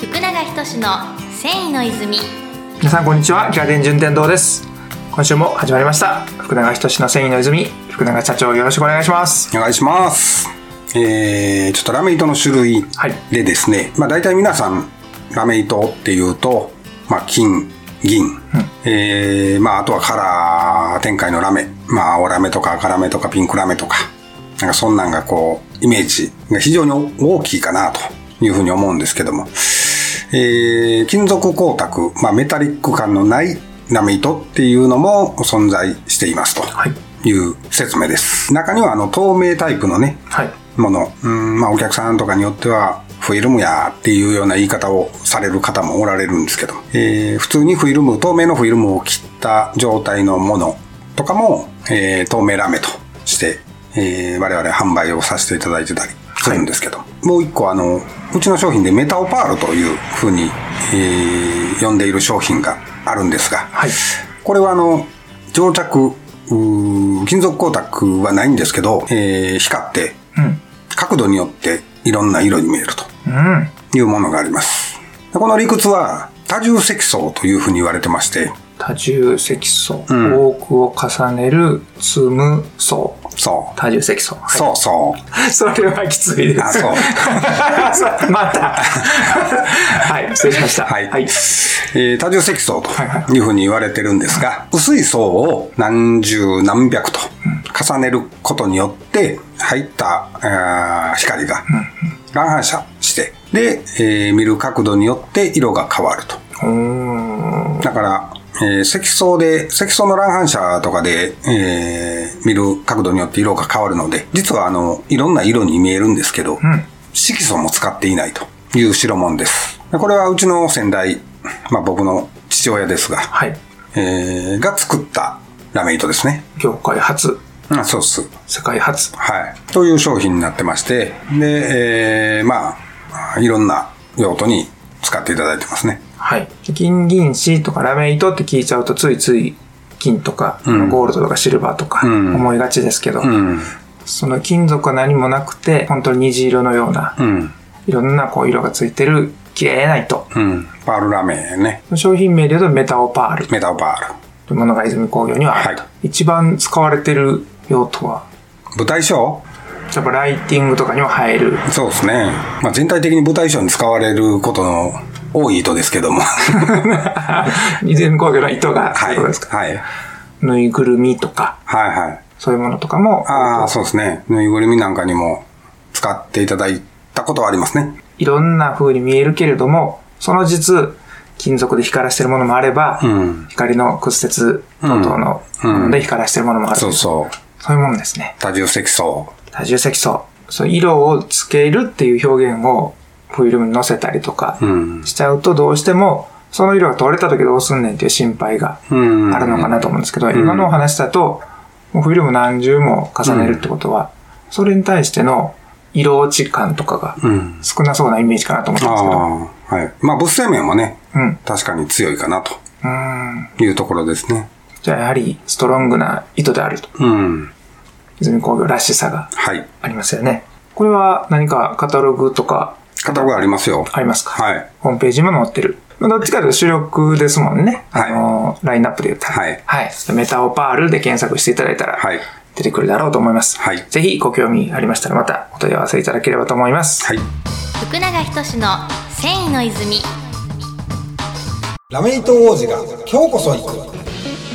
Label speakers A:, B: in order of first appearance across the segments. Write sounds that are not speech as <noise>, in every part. A: 福永仁の繊維の泉
B: 皆さんこんにちはガーデン順天堂です今週も始まりました福永仁の繊維の泉福永社長よろしくお願いします
C: お願いします。えー、ちょっとラメ糸の種類
B: はい
C: でですね、まあ大体皆さん、ラメ糸っていうと、まあ金、銀、えー、まああとはカラー展開のラメ、まあ青ラメとか赤ラメとかピンクラメとか、なんかそんなんがこう、イメージが非常に大きいかなというふうに思うんですけども、えー、金属光沢、まあメタリック感のないラメ糸っていうのも存在していますと。
B: はい
C: いう説明です。中にはあの透明タイプのね、
B: はい
C: もの、うん、まあお客さんとかによっては、フィルムやっていうような言い方をされる方もおられるんですけど、えー普通にフィルム、透明のフィルムを切った状態のものとかも、えー透明ラメとして、えー我々販売をさせていただいてたりするんですけど、もう一個あの、うちの商品でメタオパールというふうに、えー呼んでいる商品があるんですが、
B: はい
C: これはあの、蒸着、うー金属光沢はないんですけど、えー光って、
B: うん
C: 角度によっていろんな色に見える
B: うん
C: というものがあります。でこの理屈は、多重積層というふうに言われてまして、
B: 多重積層、
C: ん
B: 多くを重ねる積む層
C: そう。
B: 多重積層、 <laughs> はい
C: そうそう。
B: それはきついです。
C: あそう
B: <laughs> そうまた。 <laughs> はい、失礼しました。
C: はい
B: はい。
C: えー多重積層と
B: はいは
C: いうふうに言われてるんですが、薄い層を何十何百と重ねることによって入ったあー光が乱反射して、で、えー見る角度によって色が変わると。
B: うーん。
C: だから、えー積層で、積層の乱反射とかで、えー見る角度によって色が変わるので、実はあの、いろんな色に見えるんですけど、
B: ん
C: 色素も使っていないという代物です。でこれはうちの先代、まあ僕の父親ですが、
B: はい。
C: えーが作ったラメ糸ですね。
B: 業界初、
C: うん、そうっす。
B: 世界初。
C: はい。という商品になってまして、で、えーまあ、いろんな用途に使っていただいてますね。
B: はい。金銀糸とかラメ糸って聞いちゃうと、ついつい金とか、
C: ん
B: ゴールドとかシルバーとか
C: うん
B: 思いがちですけど、
C: うん。
B: その金属は何もなくて、本当に虹色のような、
C: うん。
B: いろんなこう色がついてる、綺麗な糸。
C: うん。パールラメね。
B: 商品名で言うとメタオパール
C: メタオパール。
B: というものが泉工業にはあると。
C: は
B: 一番使われてる用途は
C: 舞台衣装
B: やっぱライティングとかにも入
C: <laughs>
B: る。
C: そうですね。まあ、全体的に舞台衣装に使われることの多い糸ですけども。は
B: 以前工業の糸が、<laughs>
C: い。
B: そうですか。
C: はい。はい
B: ぬいぐるみとか、
C: はい。
B: そういうものとかも、
C: ああ、そうですね。ぬいぐるみなんかにも使っていただいたことはありますね。
B: いろんな風に見えるけれども、その実、金属で光らしてるものもあれば、
C: うん
B: 光の屈折等々の
C: うん
B: もので光らしてるものもある、
C: そうそう。
B: そういうものですね。
C: 多重積層。
B: 多重積層。そう色をつけるっていう表現をフィルムに乗せたりとか
C: うん。
B: しちゃうとどうしても、その色が取れた時どうすんねんっていう心配が
C: うん。
B: あるのかなと思うんですけど、今のお話だと、もうフィルム何重も重ねるってことは、それに対しての色落ち感とかが
C: うん。
B: 少なそうなイメージかなと思ったん
C: あ
B: ですけど、
C: あ、はい。まあ、物性面もね、
B: うん。う
C: 確かに強いかなと
B: ーん。
C: いうところですね。
B: じゃあやはりストロングな糸であると、
C: うん。
B: 泉工業らしさが
C: はい。
B: ありますよね。これは何かカタログとか
C: カタログありますよ。
B: ありますか
C: はい。
B: ホームページにも載ってる。まあどっちかというと主力ですもんね。
C: はい
B: あのーラインナップで言ったら。
C: はい
B: メタオパールで検索していただいたら、
C: はい
B: 出てくるだろうと思います。
C: はい
B: ぜひご興味ありましたらまたお問い合わせいただければと思います。
C: はい。
A: 福永仁の繊維の泉
C: ラメイト王子が今日こそ行く。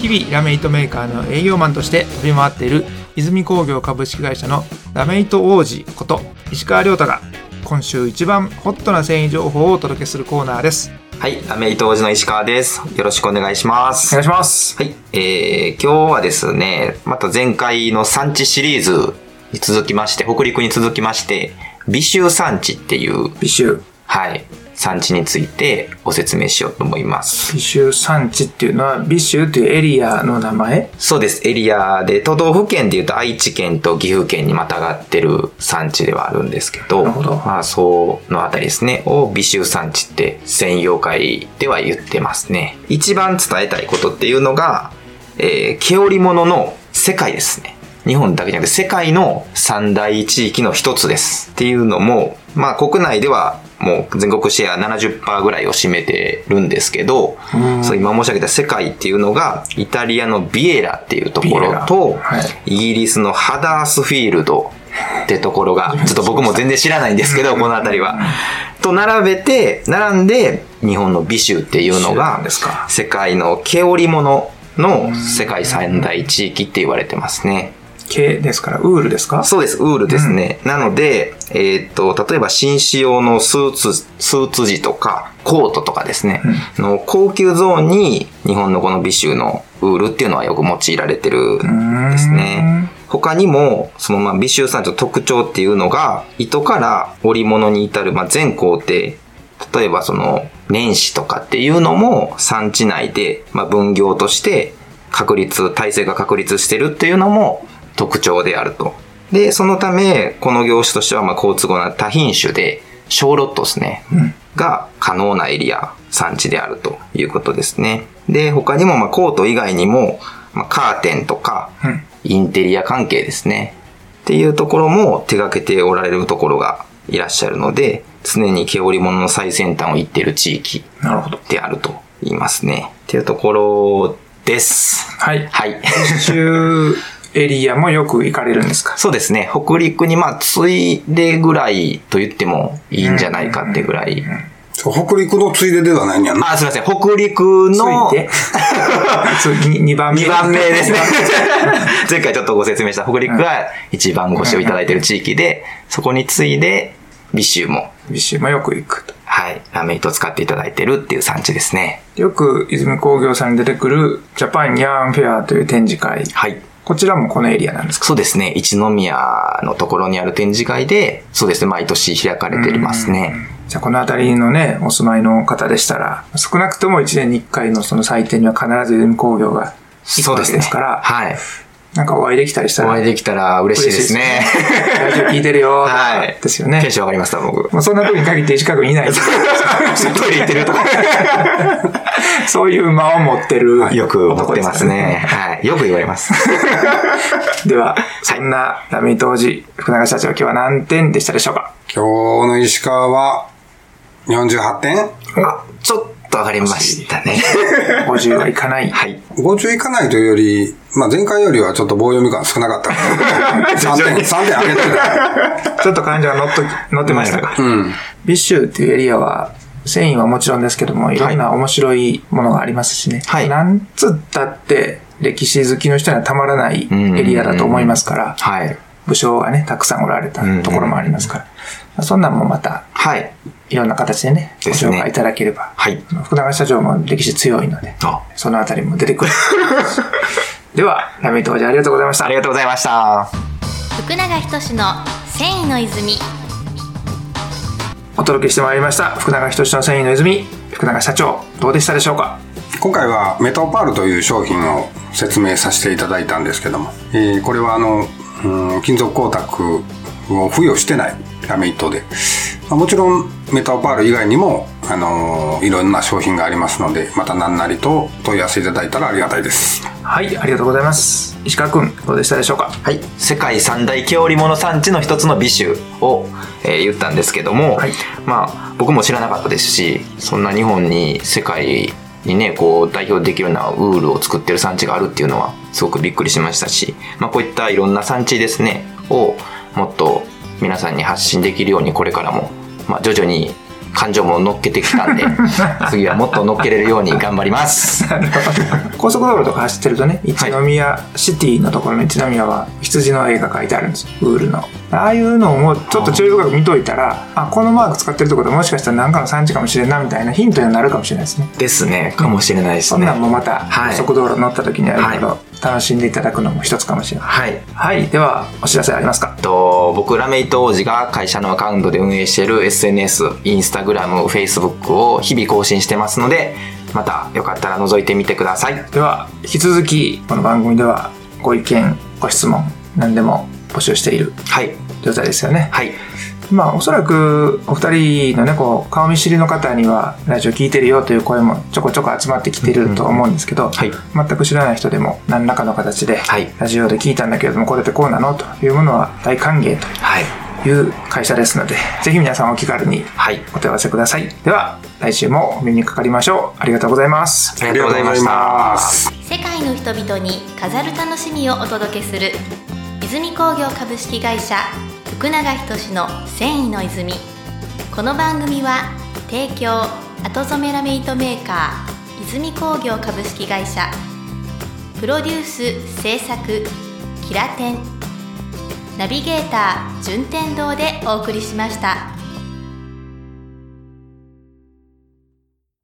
B: 日々ラメイトメーカーの営業マンとして飛び回っている泉工業株式会社のラメイト王子こと石川亮太が今週一番ホットな繊維情報をお届けするコーナーです。
D: はい、ラメイト王子の石川です。よろしくお願いしま
B: お願
D: す。
B: いします。
D: はい、えー、今日はですね、また前回の産地シリーズに続きまして、北陸に続きまして、美州産地っていう、
B: 美州。
D: はい、産地についてご説明しようと思います。
B: 美州産地っていうのは美州というエリアの名前
D: そうです、エリアで、都道府県でいうと愛知県と岐阜県にまたがってる産地ではあるんですけど、
B: なるほど
D: まあ、そうのあたりですね、を美州産地って専用会では言ってますね。一番伝えたいことっていうのが、えー、毛織物の世界ですね。日本だけじゃなくて世界の三大地域の一つです。っていうのも、まあ国内ではもう全国シェア70%ぐらいを占めてるんですけど、そう今申し上げた世界っていうのが、イタリアのビエラっていうところ
B: ビエ
D: と、
B: ラはい
D: イギリスのハダースフィールドってところ
B: <laughs>
D: が、ちょっと僕も全然知らないんですけど、この辺りは。と並べて、並んで、日本の美酒っていうの
B: 美酒なん
D: が
B: ですか、
D: 世界の毛織物の世界三大地域って言われてますね。
B: 毛ですから、ウールですか
D: そうです、ウールですね。なので、えーっと、例えば紳士用のスーツ、スーツ地とか、コートとかですね、の高級ゾーンに日本のこの美州のウールっていうのはよく用いられてるんですね。他にも、そのまあ美州産の特徴っていうのが、糸から織物に至るまあ全工程、例えばその年始とかっていうのも産地内で、まあ、分業として確立、体制が確立してるっていうのも特徴であると。で、そのため、この業種としては、まあ、好都合な多品種で、小ロットですね、が可能なエリア、産地であるということですね。で、他にも、まあ、コート以外にも、まあ、カーテンとか、
B: うん
D: インテリア関係ですね。っていうところも手掛けておられるところがいらっしゃるので、常に毛織物の最先端を行っている地域
B: なるほど。
D: であると言いますね。っていうところです。
B: はい。
D: はい。 <laughs>
B: 中エリアもよく行かれるんですか
D: そうですね。北陸に、まあ、ついでぐらいと言ってもいいんじゃないかってぐらい。
C: そう北陸のついでではないんやな。
D: あ、すいません。北陸
B: つ
D: の
B: <laughs> いて2番目。
D: 2番目ですね。 <laughs> 前回ちょっとご説明した北陸が一番ご使用いただいている地域で、そこに次いで、美州も、
B: 美酒もよく行くと。
D: はい、ラメ糸を使っていただいてるっていう産地ですね。
B: よく泉工業さんに出てくるジャパンヤーンフェアという展示会。
D: はい。
B: こちらもこのエリアなんですか
D: そうですね。一宮のところにある展示会で、そうですね。毎年開かれていますね。
B: じゃあこの辺りのね、お住まいの方でしたら、少なくとも1年に1回のその祭典には必ず泉工業が行く
D: そう
B: わけ
D: です
B: で
D: ね。
B: すから、
D: はい。
B: なんかお会いできたりした
D: お
B: ら、
D: 会いできたら嬉しいですね。
B: 嬉しいですねラジオ聞いてるよ、
D: はい。 <laughs>
B: ですよね
D: テン。ション上がりました、僕。
B: まあ、そんな時に限って石川君いないです。
D: <laughs> トイレ行ってるとか。
B: そういう間を持ってる。
D: <laughs> よく思ってますね。。はい。よく言われます。
B: では、そんなラミー当時、福永社長、今日は何点でしたでしょうか
C: 今日の石川は48点
D: あ、ちょっと上がりました <laughs> ね。
B: ?50 はいかない。
D: はい。
C: 50いかないというより、まあ、前回よりはちょっと棒読み感少なかったから、3点、3点上 <laughs> げてるから。
B: ちょっと感情が乗っと乗ってましたか。
C: うん。
B: ビッシュっていうエリアは、繊維はもちろんですけども、いろんな面白いものがありますしね。
D: はい
B: なんつったって、歴史好きの人にはたまらないエリアだと思いますから、
D: はい。
B: 武将がね、たくさんおられたところもありますから、まあそんなんもまた、
D: はい。
B: いろんな形でね、ご
D: です
B: 紹
D: ね
B: 介いただければ。
D: はい
B: 福永社長も歴史強いので、
D: あ
B: そのあたりも出 <laughs> てくる。では、ラメイト王子ありがとうございました
D: あり。がとうございました。
A: 福永仁の繊維の泉
B: お届けしてまいりました。福永仁の繊維の泉、福永社長、どうでしたでしょうか
C: 今回はメタオパールという商品を説明させていただいたんですけども、えーこれはあの、うん金属光沢を付与してないラメ糸で、まあもちろんメタオパール以外にも、あのーいろんな商品がありますので、また何なりと問い合わせいただいたらありがたいです。
B: はい、ありがとうございます。石川君、どうでしたでしょうか
D: はい、世界三大毛織物産地の一つの美酒を、えー言ったんですけども、
B: はい
D: まあ僕も知らなかったですしそんな日本に世界にねこう代表できるようなウールを作ってる産地があるっていうのはすごくびっくりしましたし、まあ、こういったいろんな産地ですねをもっと皆さんに発信できるようにこれからも、まあ、徐々に感情も乗っけてきた
B: <laughs>
D: んで次はもっと乗っけれるように頑張ります。
B: 高速道路とか走ってるとね、一宮、シティのところの一宮は羊の絵が描いてあるんですよウールの。ああいうのをちょっと注意深く見といたら、あ、このマーク使ってるってことはもしかしたら何かの産地かもしれんなみたいなヒントになるかもしれないですね。
D: ですねかもしれないです
B: そん
D: ね
B: なん。もまた
D: はい
B: 高速道路乗った時にはいろいろ楽しんでいただくのも一つかもしれない。
D: はい
B: はい、ではお知らせありますか
D: えっと僕ラメイト王子が会社のアカウントで運営している SNS インスタグラムフェイスブックを日々更新してますのでまたよかったら覗いてみてください
B: では、引き続きこの番組ではご意見、ご質問、何でも募集している
D: はい
B: 状態ですよね。
D: はい
B: まあおそらくお二人のねこう顔見知りの方にはラジオ聞いてるよという声もちょこちょこ集まってきてると思うんですけど、
D: はい
B: 全く知らない人でも何らかの形で、
D: はい
B: ラジオで聞いたんだけれどもこれってこうなのというものは大歓迎と
D: はい
B: いう会社ですので、ぜひ皆さんお気軽に
D: はい。
B: お問い合わせください。では、来週もお目にかかりましょう。ありがとうございます。
D: ありがとうございま
C: あ
D: し
C: りがとうございま
D: た。
C: す
A: 世界の人々に飾る楽しみをお届けする泉工業株式会社福永仁の繊維の泉この番組は提供後染めラメイトメーカー泉工業株式会社プロデュース制作キラテンナビゲーター順天堂でお送りしました。